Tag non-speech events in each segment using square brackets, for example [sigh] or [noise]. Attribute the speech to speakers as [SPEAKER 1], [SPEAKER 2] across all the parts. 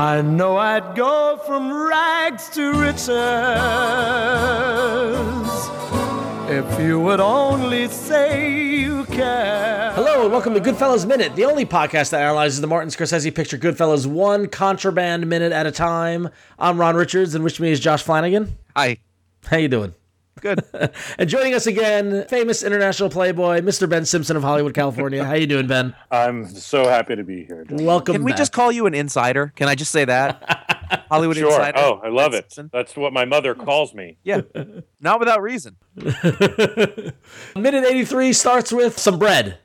[SPEAKER 1] I know I'd go from rags to riches if you would only say you care. Hello, and welcome to Goodfellas Minute, the only podcast that analyzes the Martin Scorsese picture Goodfellas one contraband minute at a time. I'm Ron Richards, and with me is Josh Flanagan.
[SPEAKER 2] Hi.
[SPEAKER 1] How you doing?
[SPEAKER 2] Good.
[SPEAKER 1] [laughs] And joining us again, famous international playboy, Mr. Ben Simpson of Hollywood, California. How you doing, Ben?
[SPEAKER 3] I'm so happy to be here. John.
[SPEAKER 1] Welcome.
[SPEAKER 2] Can we
[SPEAKER 1] back.
[SPEAKER 2] just call you an insider? Can I just say that? Hollywood
[SPEAKER 3] Sure.
[SPEAKER 2] insider.
[SPEAKER 3] Oh, I love
[SPEAKER 2] Ben
[SPEAKER 3] it.
[SPEAKER 2] Simpson.
[SPEAKER 3] That's what my mother calls me.
[SPEAKER 2] Yeah. Not without reason.
[SPEAKER 1] minute eighty-three starts with some bread,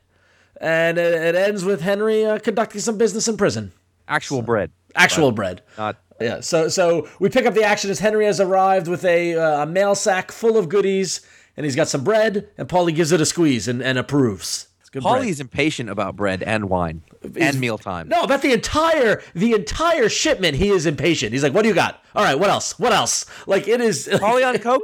[SPEAKER 1] and it, it ends with Henry uh, conducting some business in prison.
[SPEAKER 2] Actual bread.
[SPEAKER 1] Actual Uh, bread.
[SPEAKER 4] Uh,
[SPEAKER 2] Not
[SPEAKER 1] Yeah. So so we pick up the action as Henry has arrived with a, uh, a mail sack full of goodies, and he's got some bread, and Paulie gives it a squeeze and, and approves. It's good bread.
[SPEAKER 2] Paulie's impatient about bread and wine and mealtime.
[SPEAKER 1] No, about the entire the entire shipment. He is impatient. He's like, "What do you got? All right, what else? What else?" Like it is [laughs]
[SPEAKER 2] Paulie on Coke?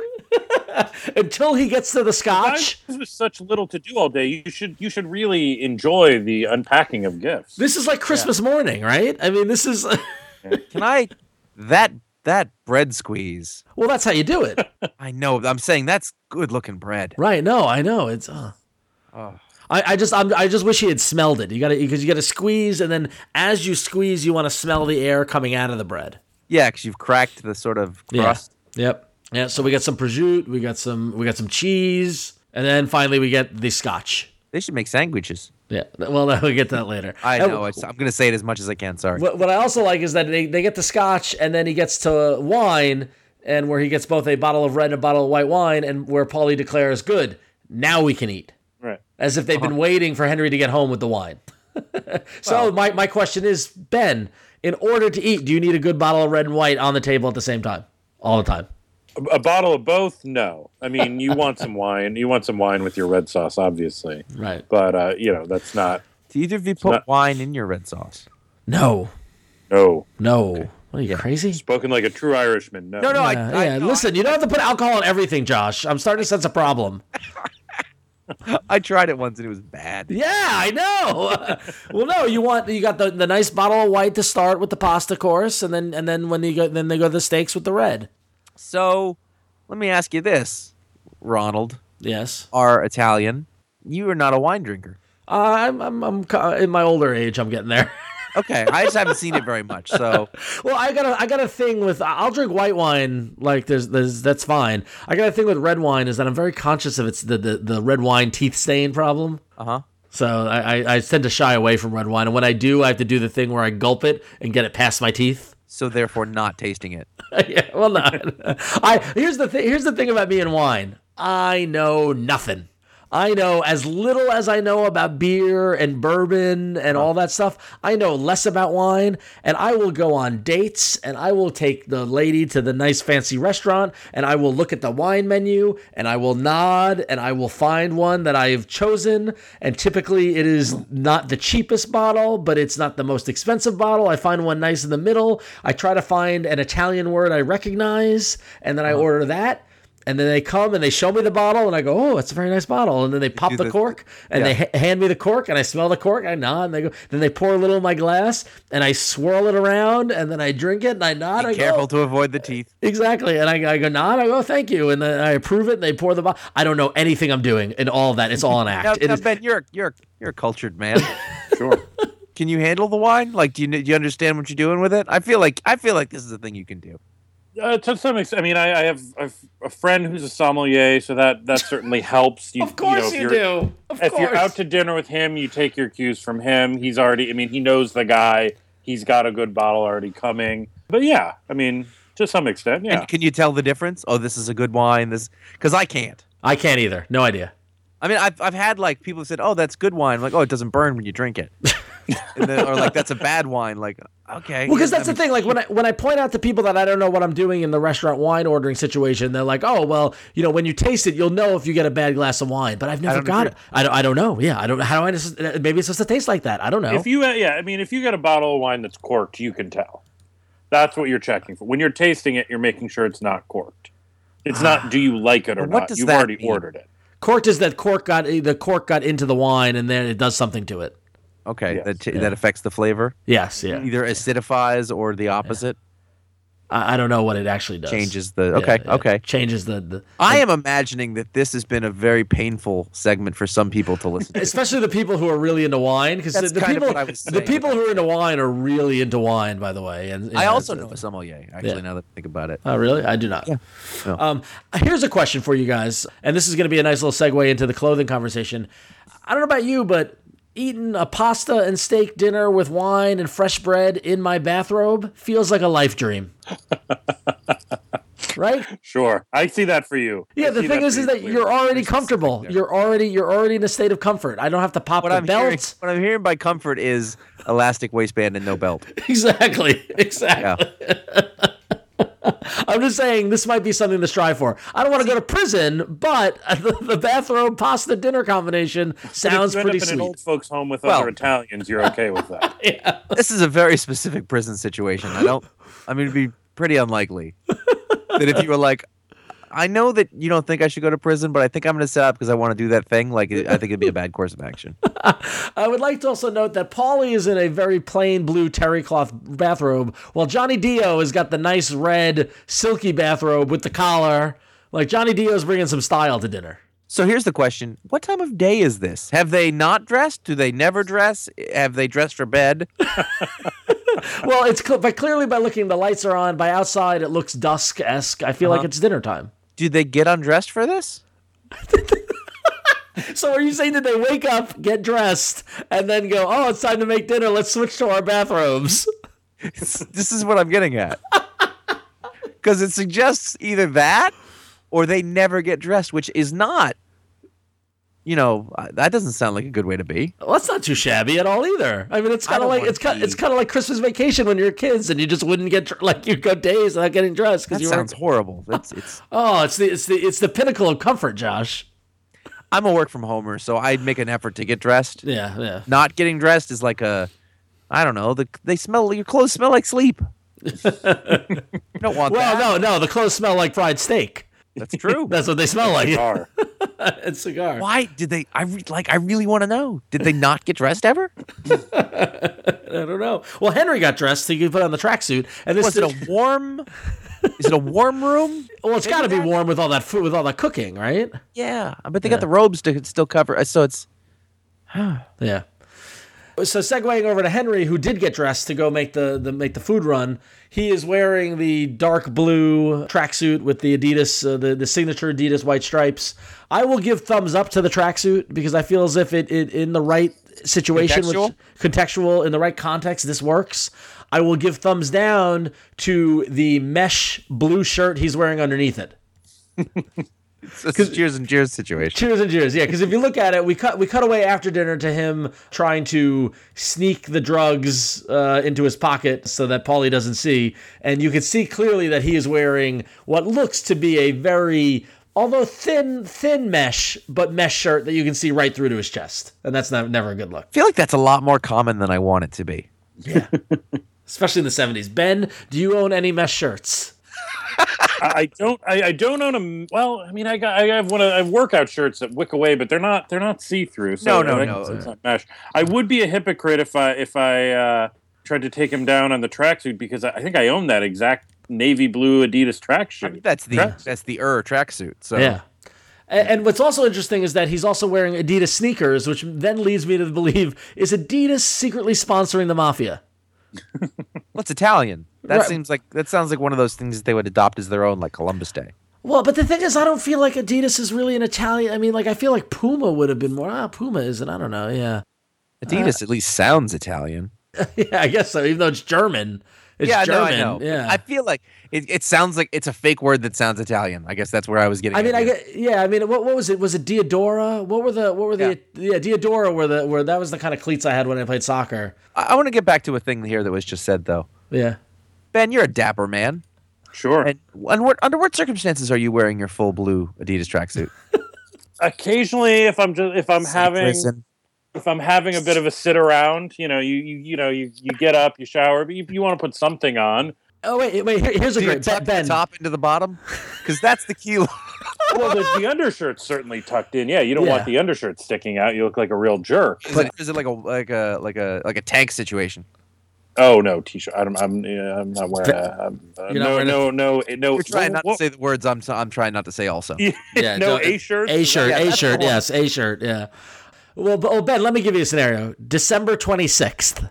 [SPEAKER 1] until he gets to the scotch.
[SPEAKER 3] This was such little to do all day. You should you should really enjoy the unpacking of gifts.
[SPEAKER 1] This is like Christmas morning, right? I mean, this is [laughs]
[SPEAKER 2] Can I that that bread squeeze?
[SPEAKER 1] well, that's how you do it,
[SPEAKER 2] I know. I'm saying that's good looking bread.
[SPEAKER 1] right? No, I know it's. Uh. I, I just I'm, I just wish he had smelled it. You got to because you got to squeeze, and then as you squeeze, you want to smell the air coming out of the bread.
[SPEAKER 4] Yeah, because you've cracked the sort of
[SPEAKER 1] Yeah.
[SPEAKER 4] crust.
[SPEAKER 1] Yep. Yeah. So we got some prosciutto. We got some. We got some cheese, and then finally we get the scotch.
[SPEAKER 4] They should make sandwiches.
[SPEAKER 1] Yeah. Well, [laughs] we'll get to that later.
[SPEAKER 4] I
[SPEAKER 1] And-
[SPEAKER 4] know. it's- I'm going to say it as much as I can. Sorry.
[SPEAKER 1] What, what I also like is that they, they get the scotch and then he gets to wine and where he gets both a bottle of red and a bottle of white wine and where Paulie declares good now we can eat
[SPEAKER 3] Right.
[SPEAKER 1] as if they've been
[SPEAKER 4] Uh-huh.
[SPEAKER 1] waiting for Henry to get home with the wine. [laughs] so my, my question is Ben, in order to eat, do you need a good bottle of red and white on the table at the same time, all the time?
[SPEAKER 3] A, a bottle of both? No. I
[SPEAKER 1] [laughs]
[SPEAKER 3] mean, you want some wine. You want some wine with your red sauce, obviously.
[SPEAKER 1] Right.
[SPEAKER 3] But uh, you know, that's not.
[SPEAKER 4] Do either of you put
[SPEAKER 3] not-
[SPEAKER 4] wine in your red sauce?
[SPEAKER 1] No,
[SPEAKER 3] No.
[SPEAKER 1] no. What are you crazy?
[SPEAKER 3] Spoken like a true Irishman. No.
[SPEAKER 4] No, no. I,
[SPEAKER 1] Yeah,
[SPEAKER 4] I,
[SPEAKER 1] yeah.
[SPEAKER 4] no,
[SPEAKER 1] Listen, you don't have to put alcohol on everything, Josh. I'm starting to sense a problem.
[SPEAKER 4] I tried it once and it was bad.
[SPEAKER 1] Yeah, I know. [laughs] well, no, you want you got the, the nice bottle of white to start with the pasta course, and then and then when you go then they go to the steaks with the red.
[SPEAKER 4] So let me ask you this, Ronald,
[SPEAKER 1] Yes,
[SPEAKER 4] our Italian. You are not a wine drinker.
[SPEAKER 1] uh, I'm I'm I'm ca- in my older age. I'm getting there. [laughs]
[SPEAKER 4] Okay. I just haven't seen it very much. So
[SPEAKER 1] well, I got a I got a thing with I'll drink white wine like there's there's that's fine. I got a thing with red wine is that I'm very conscious of its the the, the red wine teeth stain problem.
[SPEAKER 4] uh huh.
[SPEAKER 1] So I, I I tend to shy away from red wine, and when I do, I have to do the thing where I gulp it and get it past my teeth.
[SPEAKER 4] So therefore not tasting it.
[SPEAKER 1] [laughs] yeah, well, not. I here's the thing. Here's the thing about me and wine. I know nothing. I know as little as I know about beer and bourbon and all that stuff. I know less about wine, and I will go on dates, and I will take the lady to the nice fancy restaurant, and I will look at the wine menu, and I will nod, and I will find one that I have chosen. And typically, it is not the cheapest bottle, but it's not the most expensive bottle. I find one nice in the middle. I try to find an Italian word I recognize, and then I
[SPEAKER 4] Uh-huh.
[SPEAKER 1] order that. And then they come and they show me the bottle, and I go, "Oh, it's a very nice bottle." And then they pop
[SPEAKER 4] do
[SPEAKER 1] the,
[SPEAKER 4] the-
[SPEAKER 1] cork, and they ha- hand me the cork, and I smell the cork. I nod, and they go. Then they pour a little in my glass, and I swirl it around, and then I drink it, and I nod. I
[SPEAKER 4] Be
[SPEAKER 1] go,
[SPEAKER 4] careful to avoid the teeth.
[SPEAKER 1] Exactly. And I, I go, nod. I go, thank you. And then I approve it. And they pour the bottle. I don't know anything I'm doing in all of that. It's all an
[SPEAKER 4] [laughs] Now,
[SPEAKER 1] act. It
[SPEAKER 4] now
[SPEAKER 1] is-
[SPEAKER 4] Ben, you're you're you're a cultured man.
[SPEAKER 3] Sure.
[SPEAKER 4] Can you handle the wine? Like, do you do you understand what you're doing with it? I feel like I feel like this is a thing you can do.
[SPEAKER 3] Uh, to some extent, I mean, I, I have I've a friend who's a sommelier, so that that certainly helps.
[SPEAKER 1] [laughs]
[SPEAKER 3] You,
[SPEAKER 1] of course you,
[SPEAKER 3] know, if you're-
[SPEAKER 1] do. Of
[SPEAKER 3] If
[SPEAKER 1] course.
[SPEAKER 3] you're out to dinner with him, you take your cues from him. He's already, I mean, he knows the guy. He's got a good bottle already coming. But yeah, I mean, to some extent, yeah.
[SPEAKER 4] And can you tell the difference? Oh, this is a good wine. This because I can't.
[SPEAKER 1] I can't either. No idea.
[SPEAKER 4] I mean, I've, I've had like people have said, "Oh, that's good wine." I'm like, "Oh, it doesn't burn when you drink [laughs] it," and then, or like, "That's a bad wine." Like, okay,
[SPEAKER 1] Well, because
[SPEAKER 4] yeah,
[SPEAKER 1] that's
[SPEAKER 4] I
[SPEAKER 1] the thing. Like when I when I point out to people that I don't know what I'm doing in the restaurant wine ordering situation, they're like, "Oh, well, you know, when you taste it, you'll know if you get a bad glass of wine." But I've never
[SPEAKER 4] don't
[SPEAKER 1] got
[SPEAKER 4] agree.
[SPEAKER 1] it. I don't. I don't know. Yeah, I don't. How do I? just- Maybe it's just a taste like that. I don't know.
[SPEAKER 3] If you, uh, yeah, I mean, if you get a bottle of wine that's corked, you can tell. That's what you're checking for. When you're tasting it, you're making sure it's not corked. It's not. Do you like it or
[SPEAKER 4] What
[SPEAKER 3] not?
[SPEAKER 4] does
[SPEAKER 3] You've
[SPEAKER 4] that
[SPEAKER 3] already
[SPEAKER 4] mean?
[SPEAKER 3] ordered it.
[SPEAKER 1] corked is that cork got eh, the cork got into the wine, and then it does something to it.
[SPEAKER 4] Okay,
[SPEAKER 3] Yes,
[SPEAKER 4] that t- that affects the flavor.
[SPEAKER 1] Yes. Yeah.
[SPEAKER 4] Either acidifies or the opposite
[SPEAKER 1] I, I don't know what it actually does.
[SPEAKER 4] changes the. Okay,
[SPEAKER 1] Yeah, yeah.
[SPEAKER 4] okay.
[SPEAKER 1] Changes the, the
[SPEAKER 4] I am imagining that this has been a very painful segment for some people to listen to.
[SPEAKER 1] especially the people who are really into wine because the,
[SPEAKER 4] That's
[SPEAKER 1] the
[SPEAKER 4] kind of
[SPEAKER 1] people
[SPEAKER 4] what I was
[SPEAKER 1] the
[SPEAKER 4] saying.
[SPEAKER 1] people who are into wine are really into wine, by the way. And you
[SPEAKER 4] [laughs] I
[SPEAKER 1] know,
[SPEAKER 4] also
[SPEAKER 1] it's-
[SPEAKER 4] know a sommelier. Actually,
[SPEAKER 1] Yeah.
[SPEAKER 4] now that I think about it,
[SPEAKER 1] Oh, really? I do not.
[SPEAKER 4] No.
[SPEAKER 1] Um, here's a question for you guys, and this is going to be a nice little segue into the clothing conversation. I don't know about you, but eating a pasta and steak dinner with wine and fresh bread in my bathrobe feels like a life dream. [laughs]
[SPEAKER 4] [laughs]
[SPEAKER 1] right?
[SPEAKER 3] Sure, I see that for you.
[SPEAKER 1] Yeah,
[SPEAKER 3] I
[SPEAKER 1] the
[SPEAKER 3] see
[SPEAKER 1] thing
[SPEAKER 3] for
[SPEAKER 1] is,
[SPEAKER 3] you
[SPEAKER 1] is that
[SPEAKER 3] clearly.
[SPEAKER 1] you're already
[SPEAKER 3] There's a specific
[SPEAKER 1] comfortable.
[SPEAKER 3] there.
[SPEAKER 1] You're already you're already in a state of comfort. I don't have to pop
[SPEAKER 4] what
[SPEAKER 1] the
[SPEAKER 4] I'm
[SPEAKER 1] belt.
[SPEAKER 4] hearing, what I'm hearing by comfort is elastic waistband and no belt.
[SPEAKER 1] [laughs] Exactly. Exactly. [laughs] I'm just saying this might be something to strive for. I don't want to go to prison, but [laughs] the, the bathrobe pasta dinner combination
[SPEAKER 3] But if
[SPEAKER 1] sounds
[SPEAKER 3] you end
[SPEAKER 1] pretty
[SPEAKER 3] up in an
[SPEAKER 1] sweet. [laughs]
[SPEAKER 3] old folks' home with
[SPEAKER 4] Well-
[SPEAKER 3] other Italians, you're okay with that.
[SPEAKER 4] this is a very specific prison situation. I don't. I mean, it'd be pretty unlikely that if you were like, I know that you don't think I should go to prison, but I think I'm going to set up because I want to do that thing. Like, I think it'd be a bad course of action.
[SPEAKER 1] I would like to also note that Paulie is in a very plain blue terry cloth bathrobe, while Johnny Dio has got the nice red silky bathrobe with the collar. Like Johnny Dio's bringing some style to dinner.
[SPEAKER 4] So here's the question: What time of day is this? Have they not dressed? Do they never dress? Have they dressed for bed?
[SPEAKER 1] well, it's cl- by clearly by looking, the lights are on. By outside, it looks dusk esque. I
[SPEAKER 3] Uh-huh.
[SPEAKER 1] feel like it's dinner time.
[SPEAKER 4] Do they get undressed for this?
[SPEAKER 1] So are you saying that they wake up, get dressed, and then go, "Oh, it's time to make dinner. Let's switch to our bathrobes." [laughs]
[SPEAKER 4] this is what I'm getting at. Because it suggests either that or they never get dressed, which is not, you know, uh, that doesn't sound like a good way to be.
[SPEAKER 1] Well, that's not too shabby at all either. I mean, it's kind of
[SPEAKER 4] don't
[SPEAKER 1] like
[SPEAKER 4] wanna
[SPEAKER 1] it's kind
[SPEAKER 4] be-
[SPEAKER 1] it's kind of like Christmas vacation when you're kids and you just wouldn't get dr- like you go days without getting dressed because
[SPEAKER 4] That
[SPEAKER 1] you
[SPEAKER 4] sounds
[SPEAKER 1] were
[SPEAKER 4] horrible. It's, it's,
[SPEAKER 1] oh, it's the it's the it's the pinnacle of comfort, Josh.
[SPEAKER 4] [laughs] I'm a work from homer, so I'd make an effort to get dressed.
[SPEAKER 1] Yeah, yeah.
[SPEAKER 4] Not getting dressed is like a, I don't know, the, they smell, your clothes smell like sleep. you don't want
[SPEAKER 1] Well,
[SPEAKER 4] that.
[SPEAKER 1] no, no. The clothes smell like fried steak.
[SPEAKER 4] That's [laughs] true.
[SPEAKER 1] That's what they smell like.
[SPEAKER 3] Car.
[SPEAKER 1] [laughs] it's cigar.
[SPEAKER 4] Why did they? I re, like. I really want to know. Did they not get dressed ever?
[SPEAKER 1] I don't know. Well, Henry got dressed. so He could put on the tracksuit, and this
[SPEAKER 4] Was it a warm? Is it a warm room?
[SPEAKER 1] well, it's got to be warm with all that food, with all that cooking, right?
[SPEAKER 4] Yeah, but they got the robes to still cover. uh, So it's
[SPEAKER 1] Yeah. So segueing over to Henry, who did get dressed to go make the, the make the food run, he is wearing the dark blue tracksuit with the Adidas uh, the the signature Adidas white stripes. I will give thumbs up to the tracksuit because I feel as if it, it in the right situation,
[SPEAKER 4] Contextual?
[SPEAKER 1] Which, contextual in the right context, this works. I will give thumbs down to the mesh blue shirt he's wearing underneath it.
[SPEAKER 4] it's a cheers and cheers situation.
[SPEAKER 1] Cheers and cheers, yeah. Because if you look at it, we cut we cut away after dinner to him trying to sneak the drugs uh, into his pocket so that Paulie doesn't see, and you can see clearly that he is wearing what looks to be a very although thin thin mesh but mesh shirt that you can see right through to his chest, and that's not, never a good look,
[SPEAKER 4] I feel like that's a lot more common than I want it to be.
[SPEAKER 1] especially in the seventies. Ben, do you own any mesh shirts?
[SPEAKER 3] I I don't. I, I don't own a. Well, I mean, I got. I have one. Of, I have workout shirts that wick away, but they're not. They're not see through. So
[SPEAKER 4] No, no,
[SPEAKER 3] I
[SPEAKER 4] no.
[SPEAKER 3] It's not mesh. I would be a hypocrite if I if I uh, tried to take him down on the tracksuit because I, I think I own that exact navy blue Adidas tracksuit.
[SPEAKER 4] I mean, that's the
[SPEAKER 3] Tracksuit.
[SPEAKER 4] that's the er tracksuit. So
[SPEAKER 1] Yeah. A- And what's also interesting is that he's also wearing Adidas sneakers, which then leads me to believe is Adidas secretly sponsoring the mafia.
[SPEAKER 4] well, it's Italian. That
[SPEAKER 1] Right.
[SPEAKER 4] seems like that sounds like one of those things that they would adopt as their own, like Columbus Day.
[SPEAKER 1] Well, but the thing is, I don't feel like Adidas is really an Italian. I mean, like I feel like Puma would have been more. Ah, Puma isn't. I don't know. Yeah, [laughs] Uh,
[SPEAKER 4] Adidas at least sounds Italian.
[SPEAKER 1] yeah, I guess so. Even though it's German, it's
[SPEAKER 4] yeah,
[SPEAKER 1] German.
[SPEAKER 4] I know. I know.
[SPEAKER 1] Yeah,
[SPEAKER 4] I feel like it, it sounds like it's a fake word that sounds Italian. I guess that's where I was getting.
[SPEAKER 1] I mean,
[SPEAKER 4] at
[SPEAKER 1] I
[SPEAKER 4] here.
[SPEAKER 1] get, yeah. I mean, what, what was it? Was it Diodora? What were the what were the yeah, Diodora were the were that was the kind of cleats I had when I played soccer.
[SPEAKER 4] I, I want to get back to a thing here that was just said though.
[SPEAKER 1] Yeah.
[SPEAKER 4] Ben, you're a dapper man.
[SPEAKER 3] sure.
[SPEAKER 4] And, and what, under what circumstances are you wearing your full blue Adidas tracksuit?
[SPEAKER 3] Occasionally, if I'm just if I'm having
[SPEAKER 4] Listen.
[SPEAKER 3] if I'm having a bit of a sit around, you know, you you, you know, you, you get up, you shower, but you, you want to put something on.
[SPEAKER 1] Oh wait, wait. [laughs] Here, here's a
[SPEAKER 4] Do you
[SPEAKER 1] great
[SPEAKER 4] tuck
[SPEAKER 1] Ben.
[SPEAKER 4] the top into the bottom?
[SPEAKER 1] [laughs]
[SPEAKER 4] Because that's the key. line.
[SPEAKER 3] Well, the,
[SPEAKER 4] [laughs]
[SPEAKER 3] the undershirt's certainly tucked in. Yeah, you don't
[SPEAKER 1] Yeah.
[SPEAKER 3] want the undershirt sticking out. You look like a real jerk.
[SPEAKER 4] Is, it, is it like a like a like a like a tank situation?
[SPEAKER 3] Oh no, t-shirt. I don't, I'm yeah, I'm not wearing a I'm, uh,
[SPEAKER 1] You're not
[SPEAKER 3] no,
[SPEAKER 1] wearing a-
[SPEAKER 3] no no no
[SPEAKER 4] You're trying not
[SPEAKER 3] what-
[SPEAKER 4] to say the words I'm I'm trying not to say. Also,
[SPEAKER 1] Yeah,
[SPEAKER 3] no
[SPEAKER 1] no,
[SPEAKER 3] a shirt.
[SPEAKER 1] A shirt,
[SPEAKER 4] Yeah,
[SPEAKER 1] A
[SPEAKER 4] that's
[SPEAKER 1] shirt,
[SPEAKER 4] the one.
[SPEAKER 1] yes, A shirt, yeah. Well, but, oh, Ben, let me give you a scenario. December Ah, 26th.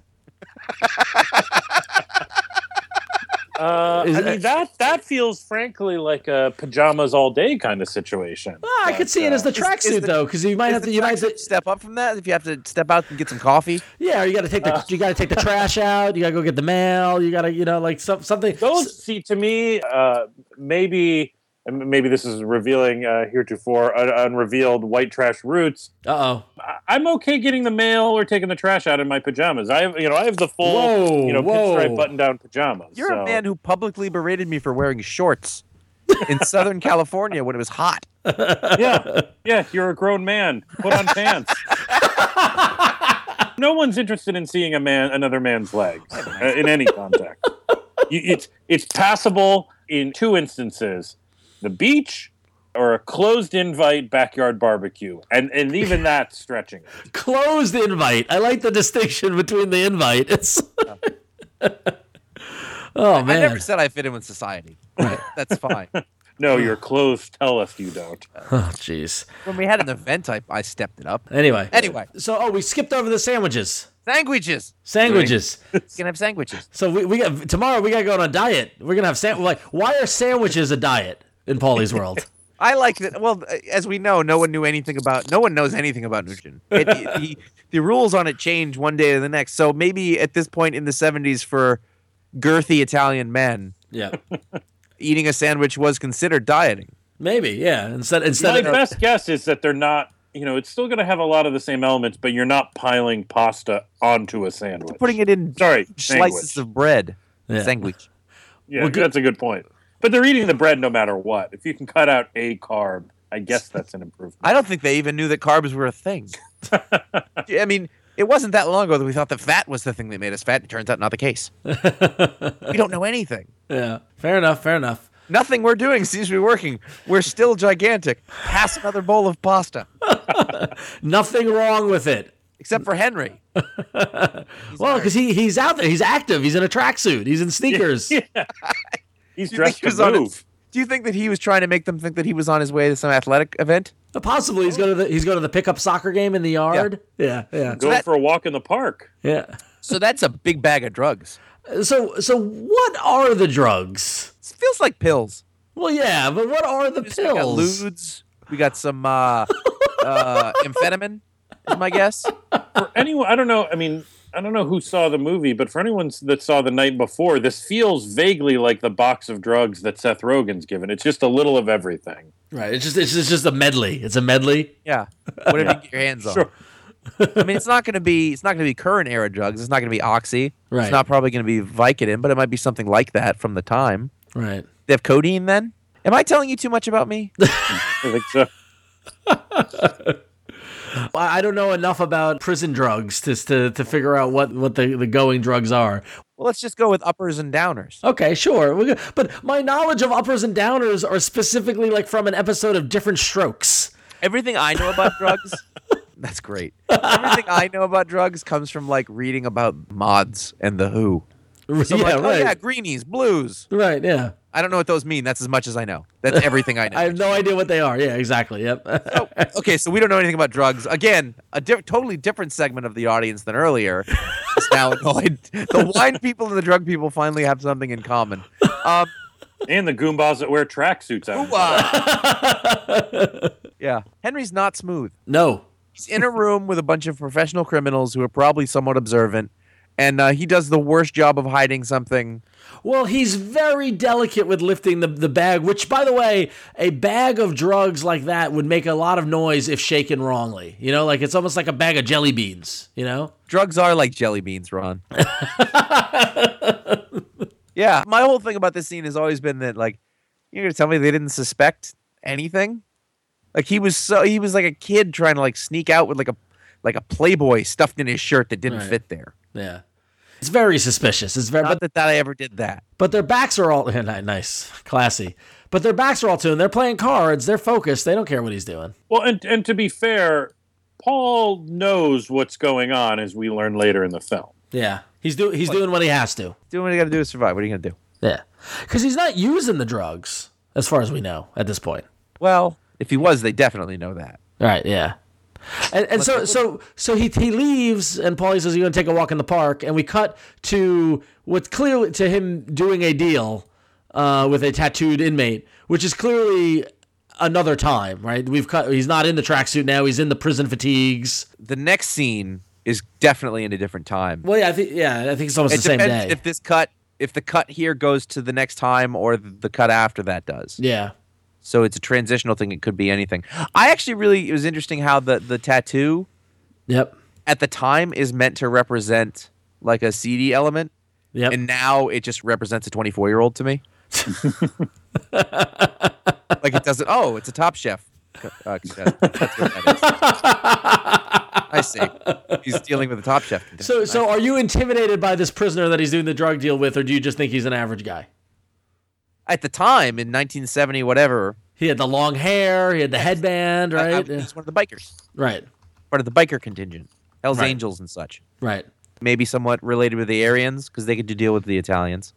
[SPEAKER 3] Uh,
[SPEAKER 1] Is
[SPEAKER 3] I
[SPEAKER 1] that-
[SPEAKER 3] mean that that feels frankly like a pajamas all day kind of situation.
[SPEAKER 1] Ah, I could see it as the
[SPEAKER 4] Is- is
[SPEAKER 1] tracksuit
[SPEAKER 4] the-
[SPEAKER 1] though, because you might
[SPEAKER 4] Is
[SPEAKER 1] have to.
[SPEAKER 4] the
[SPEAKER 1] You might have
[SPEAKER 4] tracksuit
[SPEAKER 1] to.
[SPEAKER 4] step up from that if you have to step out and get some coffee.
[SPEAKER 1] Yeah, you got to take the. you got to take the trash out. You got to go get the mail. You got to, you know, like some, something.
[SPEAKER 3] Those see to me uh, maybe and maybe this is revealing uh, heretofore un- unrevealed white trash roots.
[SPEAKER 1] Uh oh.
[SPEAKER 3] I- I'm okay getting the mail or taking the trash out in my pajamas. I have you know I have the full
[SPEAKER 1] Whoa,
[SPEAKER 3] you know
[SPEAKER 1] whoa.
[SPEAKER 3] pinstripe button down pajamas.
[SPEAKER 4] You're
[SPEAKER 3] so-
[SPEAKER 4] a man who publicly berated me for wearing shorts
[SPEAKER 1] [laughs]
[SPEAKER 4] in Southern California when it was hot. [laughs]
[SPEAKER 3] yeah, yeah. You're a grown man. Put on pants. no one's interested in seeing a man, another man's legs uh, in any context.
[SPEAKER 4] [laughs]
[SPEAKER 3] You- it's it's passable in two instances: the beach or a closed invite backyard barbecue, and and even that's stretching. it.
[SPEAKER 1] Closed invite. I like the distinction between the invite. It's. [laughs] oh
[SPEAKER 4] I
[SPEAKER 1] man. [laughs]
[SPEAKER 4] never said I fit in with society. That's fine.
[SPEAKER 3] No, your clothes tell us you don't.
[SPEAKER 1] Oh, jeez.
[SPEAKER 4] When we had an event, I, I stepped it up.
[SPEAKER 1] Anyway.
[SPEAKER 4] Anyway,
[SPEAKER 1] So, oh, we skipped over the sandwiches.
[SPEAKER 4] sandwiches.
[SPEAKER 1] Sandwiches.
[SPEAKER 4] You can have sandwiches.
[SPEAKER 1] So we, we got tomorrow. We got to go on a diet. We're gonna have sand. Like, why are sandwiches a diet in Paulie's world?
[SPEAKER 4] I like that. Well, as we know, no one knew anything about. No one knows anything about Nugent. It, the, the rules on it change one day to the next. So maybe at this point in the '70s, for girthy Italian men,
[SPEAKER 1] yeah,
[SPEAKER 4] eating a sandwich was considered dieting.
[SPEAKER 1] maybe. Yeah. Instead,
[SPEAKER 3] My
[SPEAKER 1] instead of
[SPEAKER 3] best guess is that they're not. You know, it's still going to have a lot of the same elements, but you're not piling pasta onto a sandwich.
[SPEAKER 4] Putting it in
[SPEAKER 3] Sorry,
[SPEAKER 4] slices
[SPEAKER 3] sandwich.
[SPEAKER 4] of bread.
[SPEAKER 1] Yeah.
[SPEAKER 4] Sandwich.
[SPEAKER 3] yeah,
[SPEAKER 1] Well, good-
[SPEAKER 3] that's a good point. But they're eating the bread no matter what. If you can cut out a carb, I
[SPEAKER 4] [laughs]
[SPEAKER 3] guess that's an improvement.
[SPEAKER 4] I don't think they even knew that carbs were
[SPEAKER 3] [laughs]
[SPEAKER 4] a thing. I mean, it wasn't that long ago that we thought that fat was the thing that made us fat. It turns out not
[SPEAKER 3] [laughs]
[SPEAKER 4] the case. we don't know anything.
[SPEAKER 1] yeah, fair enough. Fair enough.
[SPEAKER 4] Nothing we're doing seems to be working. We're still gigantic. Pass another bowl of pasta,
[SPEAKER 1] Nothing wrong with it.
[SPEAKER 4] except
[SPEAKER 3] [laughs]
[SPEAKER 4] for Henry.
[SPEAKER 1] Well, because he, he's out there. He's active. He's in a tracksuit. He's in [laughs] sneakers.
[SPEAKER 3] He's
[SPEAKER 4] Do you think
[SPEAKER 3] dressed
[SPEAKER 4] [laughs] he
[SPEAKER 3] to
[SPEAKER 4] was on it-
[SPEAKER 3] move.
[SPEAKER 4] Do you think that he was trying to make them think that he was on his way to some athletic event?
[SPEAKER 1] Uh, Possibly he's going to the he's going to the pickup soccer game in the yard. Yeah, yeah,
[SPEAKER 3] Go
[SPEAKER 4] that-
[SPEAKER 3] for a walk in the park.
[SPEAKER 1] yeah.
[SPEAKER 4] So that's a big bag of drugs.
[SPEAKER 1] So so what are the drugs?
[SPEAKER 4] It feels like pills.
[SPEAKER 1] Well, yeah, but what are the
[SPEAKER 4] We got
[SPEAKER 1] pills?
[SPEAKER 4] lewds. We got some uh, uh, amphetamine. Is my guess.
[SPEAKER 3] For anyone, I don't know. I mean, I don't know who saw the movie, but for anyone that saw the night before, this feels vaguely like the box of drugs that Seth Rogen's given. It's just a little of everything. [laughs]
[SPEAKER 1] Right. It's just it's just, it's just a medley. It's a medley. [laughs]
[SPEAKER 4] Yeah. Whatever you get your hands on.
[SPEAKER 3] Sure.
[SPEAKER 4] I mean, it's not going to be it's not going to be current era drugs. It's not going to be oxy.
[SPEAKER 1] Right.
[SPEAKER 4] It's not probably going to be Vicodin, but it might be something like that from the time.
[SPEAKER 1] Right.
[SPEAKER 4] They have codeine then. Am I telling you too much about
[SPEAKER 1] [laughs]
[SPEAKER 4] me?
[SPEAKER 3] I think so.
[SPEAKER 1] I I don't know enough about prison drugs to to, to figure out what, what the, the going drugs are.
[SPEAKER 4] well, let's just go with uppers and downers.
[SPEAKER 1] Okay, sure. We're good. But my knowledge of uppers and downers are specifically like from an episode of Different Strokes. [laughs]
[SPEAKER 4] Everything I know about drugs. That's great. Everything I know about drugs comes from like reading about mods and the Who. So I'm
[SPEAKER 1] yeah,
[SPEAKER 4] like, oh yeah,
[SPEAKER 1] right.
[SPEAKER 4] greenies, blues.
[SPEAKER 1] Right, yeah.
[SPEAKER 4] I don't know what those mean. That's as much as I know. That's everything I
[SPEAKER 1] [laughs]
[SPEAKER 4] know.
[SPEAKER 1] I have no idea what they are. Yeah, exactly. Yep. [laughs]
[SPEAKER 4] Oh, okay, so we don't know anything about drugs. Again, a diff- totally different segment of the audience than earlier is now annoyed. [laughs] The wine people and the drug people finally have something in common. Um,
[SPEAKER 3] And the goombas that wear tracksuits out. in
[SPEAKER 4] uh,
[SPEAKER 3] public.
[SPEAKER 4] ooh-ah. uh, yeah, Henry's not smooth.
[SPEAKER 1] no.
[SPEAKER 4] He's in a room with a bunch of professional criminals who are probably somewhat observant, and uh, he does the worst job of hiding something.
[SPEAKER 1] Well, he's very delicate with lifting the, the bag, which, by the way, a bag of drugs like that would make a lot of noise if shaken wrongly. You know, like it's almost like a bag of jelly beans, you know?
[SPEAKER 4] Drugs are like jelly beans,
[SPEAKER 1] [laughs]
[SPEAKER 4] Ron. yeah, my whole thing about this scene has always been that like you're gonna tell me they didn't suspect anything. Like he was so he was like a kid trying to like sneak out with like a like a Playboy stuffed in his shirt that didn't
[SPEAKER 1] Right.
[SPEAKER 4] fit there.
[SPEAKER 1] Yeah. It's very suspicious. It's very,
[SPEAKER 4] Not
[SPEAKER 1] but,
[SPEAKER 4] that, that I ever did that.
[SPEAKER 1] but their backs are all [laughs] nice, classy. But their backs are all tuned. They're playing cards. They're focused. They don't care what he's doing.
[SPEAKER 3] Well, and and to be fair, Paul knows what's going on, as we learn later in the film.
[SPEAKER 1] Yeah, he's do he's doing what he has to.
[SPEAKER 4] Do what you gotta do to survive. What are you gonna do?
[SPEAKER 1] Yeah, because he's not using the drugs as far as we know at this point.
[SPEAKER 4] Well, if he was, they definitely know that.
[SPEAKER 1] All right, yeah. And, and so so so he he leaves, and Paulie says he's going to take a walk in the park, and we cut to what's clearly to him doing a deal uh, with a tattooed inmate, which is clearly another time, right? We've cut. He's not in the tracksuit now. He's in the prison fatigues.
[SPEAKER 4] The next scene is definitely in a different time.
[SPEAKER 1] Well, yeah, I think yeah, I think it's almost
[SPEAKER 4] it
[SPEAKER 1] the same
[SPEAKER 4] depends
[SPEAKER 1] day.
[SPEAKER 4] if this cut if the cut here goes to the next time or the cut after that does.
[SPEAKER 1] yeah,
[SPEAKER 4] So it's a transitional thing. It could be anything. I actually really it was interesting how the the tattoo
[SPEAKER 1] yep,
[SPEAKER 4] at the time is meant to represent like a seedy element,
[SPEAKER 1] yep.
[SPEAKER 4] and now it just represents a 24 year old to me. [laughs] like it doesn't. Oh, it's a Top Chef. Uh, contestant. That's what that is. I see. He's dealing with a Top Chef. contestant.
[SPEAKER 1] so so are you intimidated by this prisoner that he's doing the drug deal with, or do you just think he's an average guy?
[SPEAKER 4] at the time in 1970, whatever,
[SPEAKER 1] He had the long hair. He had the headband,
[SPEAKER 4] I- I-
[SPEAKER 1] right? Yeah.
[SPEAKER 4] he's one of the bikers,
[SPEAKER 1] Right,
[SPEAKER 4] part of the biker contingent, Hell's Angels and such.
[SPEAKER 1] right.
[SPEAKER 4] maybe somewhat related with the Aryans because they could do deal with the Italians.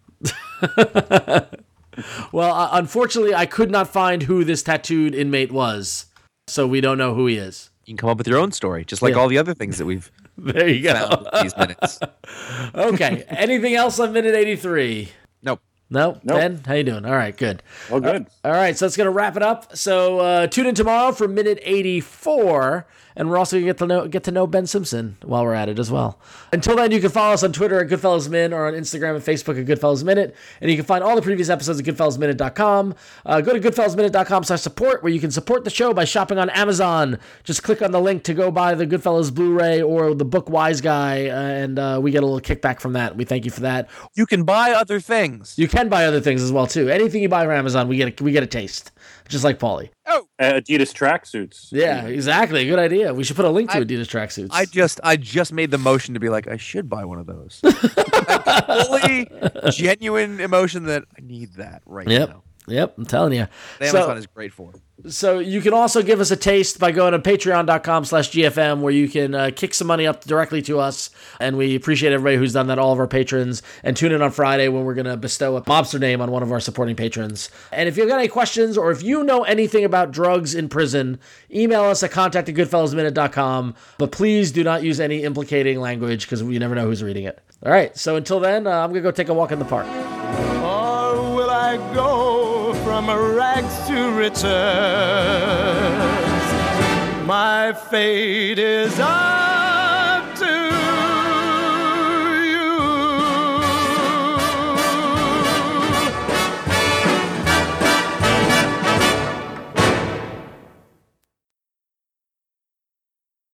[SPEAKER 1] Well, uh, unfortunately, I could not find who this tattooed inmate was, so we don't know who he is.
[SPEAKER 4] You can come up with your own story, just like
[SPEAKER 1] Yeah.
[SPEAKER 4] all the other things that we've
[SPEAKER 1] There you
[SPEAKER 4] found in these
[SPEAKER 1] [laughs]
[SPEAKER 4] minutes.
[SPEAKER 1] Okay. Anything else on minute eighty-three?
[SPEAKER 4] Nope.
[SPEAKER 1] No,
[SPEAKER 3] Nope.
[SPEAKER 1] Ben, how you doing? All right, good.
[SPEAKER 3] Oh,
[SPEAKER 4] Uh,
[SPEAKER 3] good.
[SPEAKER 1] All right, so that's going to wrap it up. So uh, tune in tomorrow for minute 84, and we're also going to get to know get to know Ben Simpson while we're at it as well. Until then, you can follow us on Twitter at Goodfellas Min or on Instagram and Facebook at Goodfellas Minute, and you can find all the previous episodes at goodfellasminute.com. Uh, go to goodfellasminute.com slash support, where you can support the show by shopping on Amazon. Just click on the link to go buy the Goodfellas Blu-ray or the book Wise Guy, uh, and uh, we get a little kickback from that. We thank you for that.
[SPEAKER 4] You can buy other things.
[SPEAKER 1] You can buy other things as well too. Anything you buy from Amazon, we get a, we get a taste, just like Paulie.
[SPEAKER 3] Uh, Adidas tracksuits.
[SPEAKER 1] Yeah, exactly. Good idea. We should put a link to Adidas tracksuits.
[SPEAKER 4] I just I just made the motion to be like I should buy one of those.
[SPEAKER 1] [laughs]
[SPEAKER 4] Like, fully genuine emotion that I need that right
[SPEAKER 1] yep.
[SPEAKER 4] now.
[SPEAKER 1] Yep, I'm telling you.
[SPEAKER 4] The
[SPEAKER 1] So-
[SPEAKER 4] Amazon is great for. it.
[SPEAKER 1] So you can also give us a taste by going to patreon.com slash GFM where you can uh, kick some money up directly to us. And we appreciate everybody who's done that, all of our patrons. And tune in on Friday when we're going to bestow a mobster name on one of our supporting patrons. And if you've got any questions or if you know anything about drugs in prison, email us at contact at goodfellasminute.com. But please do not use any implicating language because you never know who's reading it. All right. So until then, uh, I'm going to go take a walk in the park.
[SPEAKER 5] Or will I go from rags to riches? My fate is on.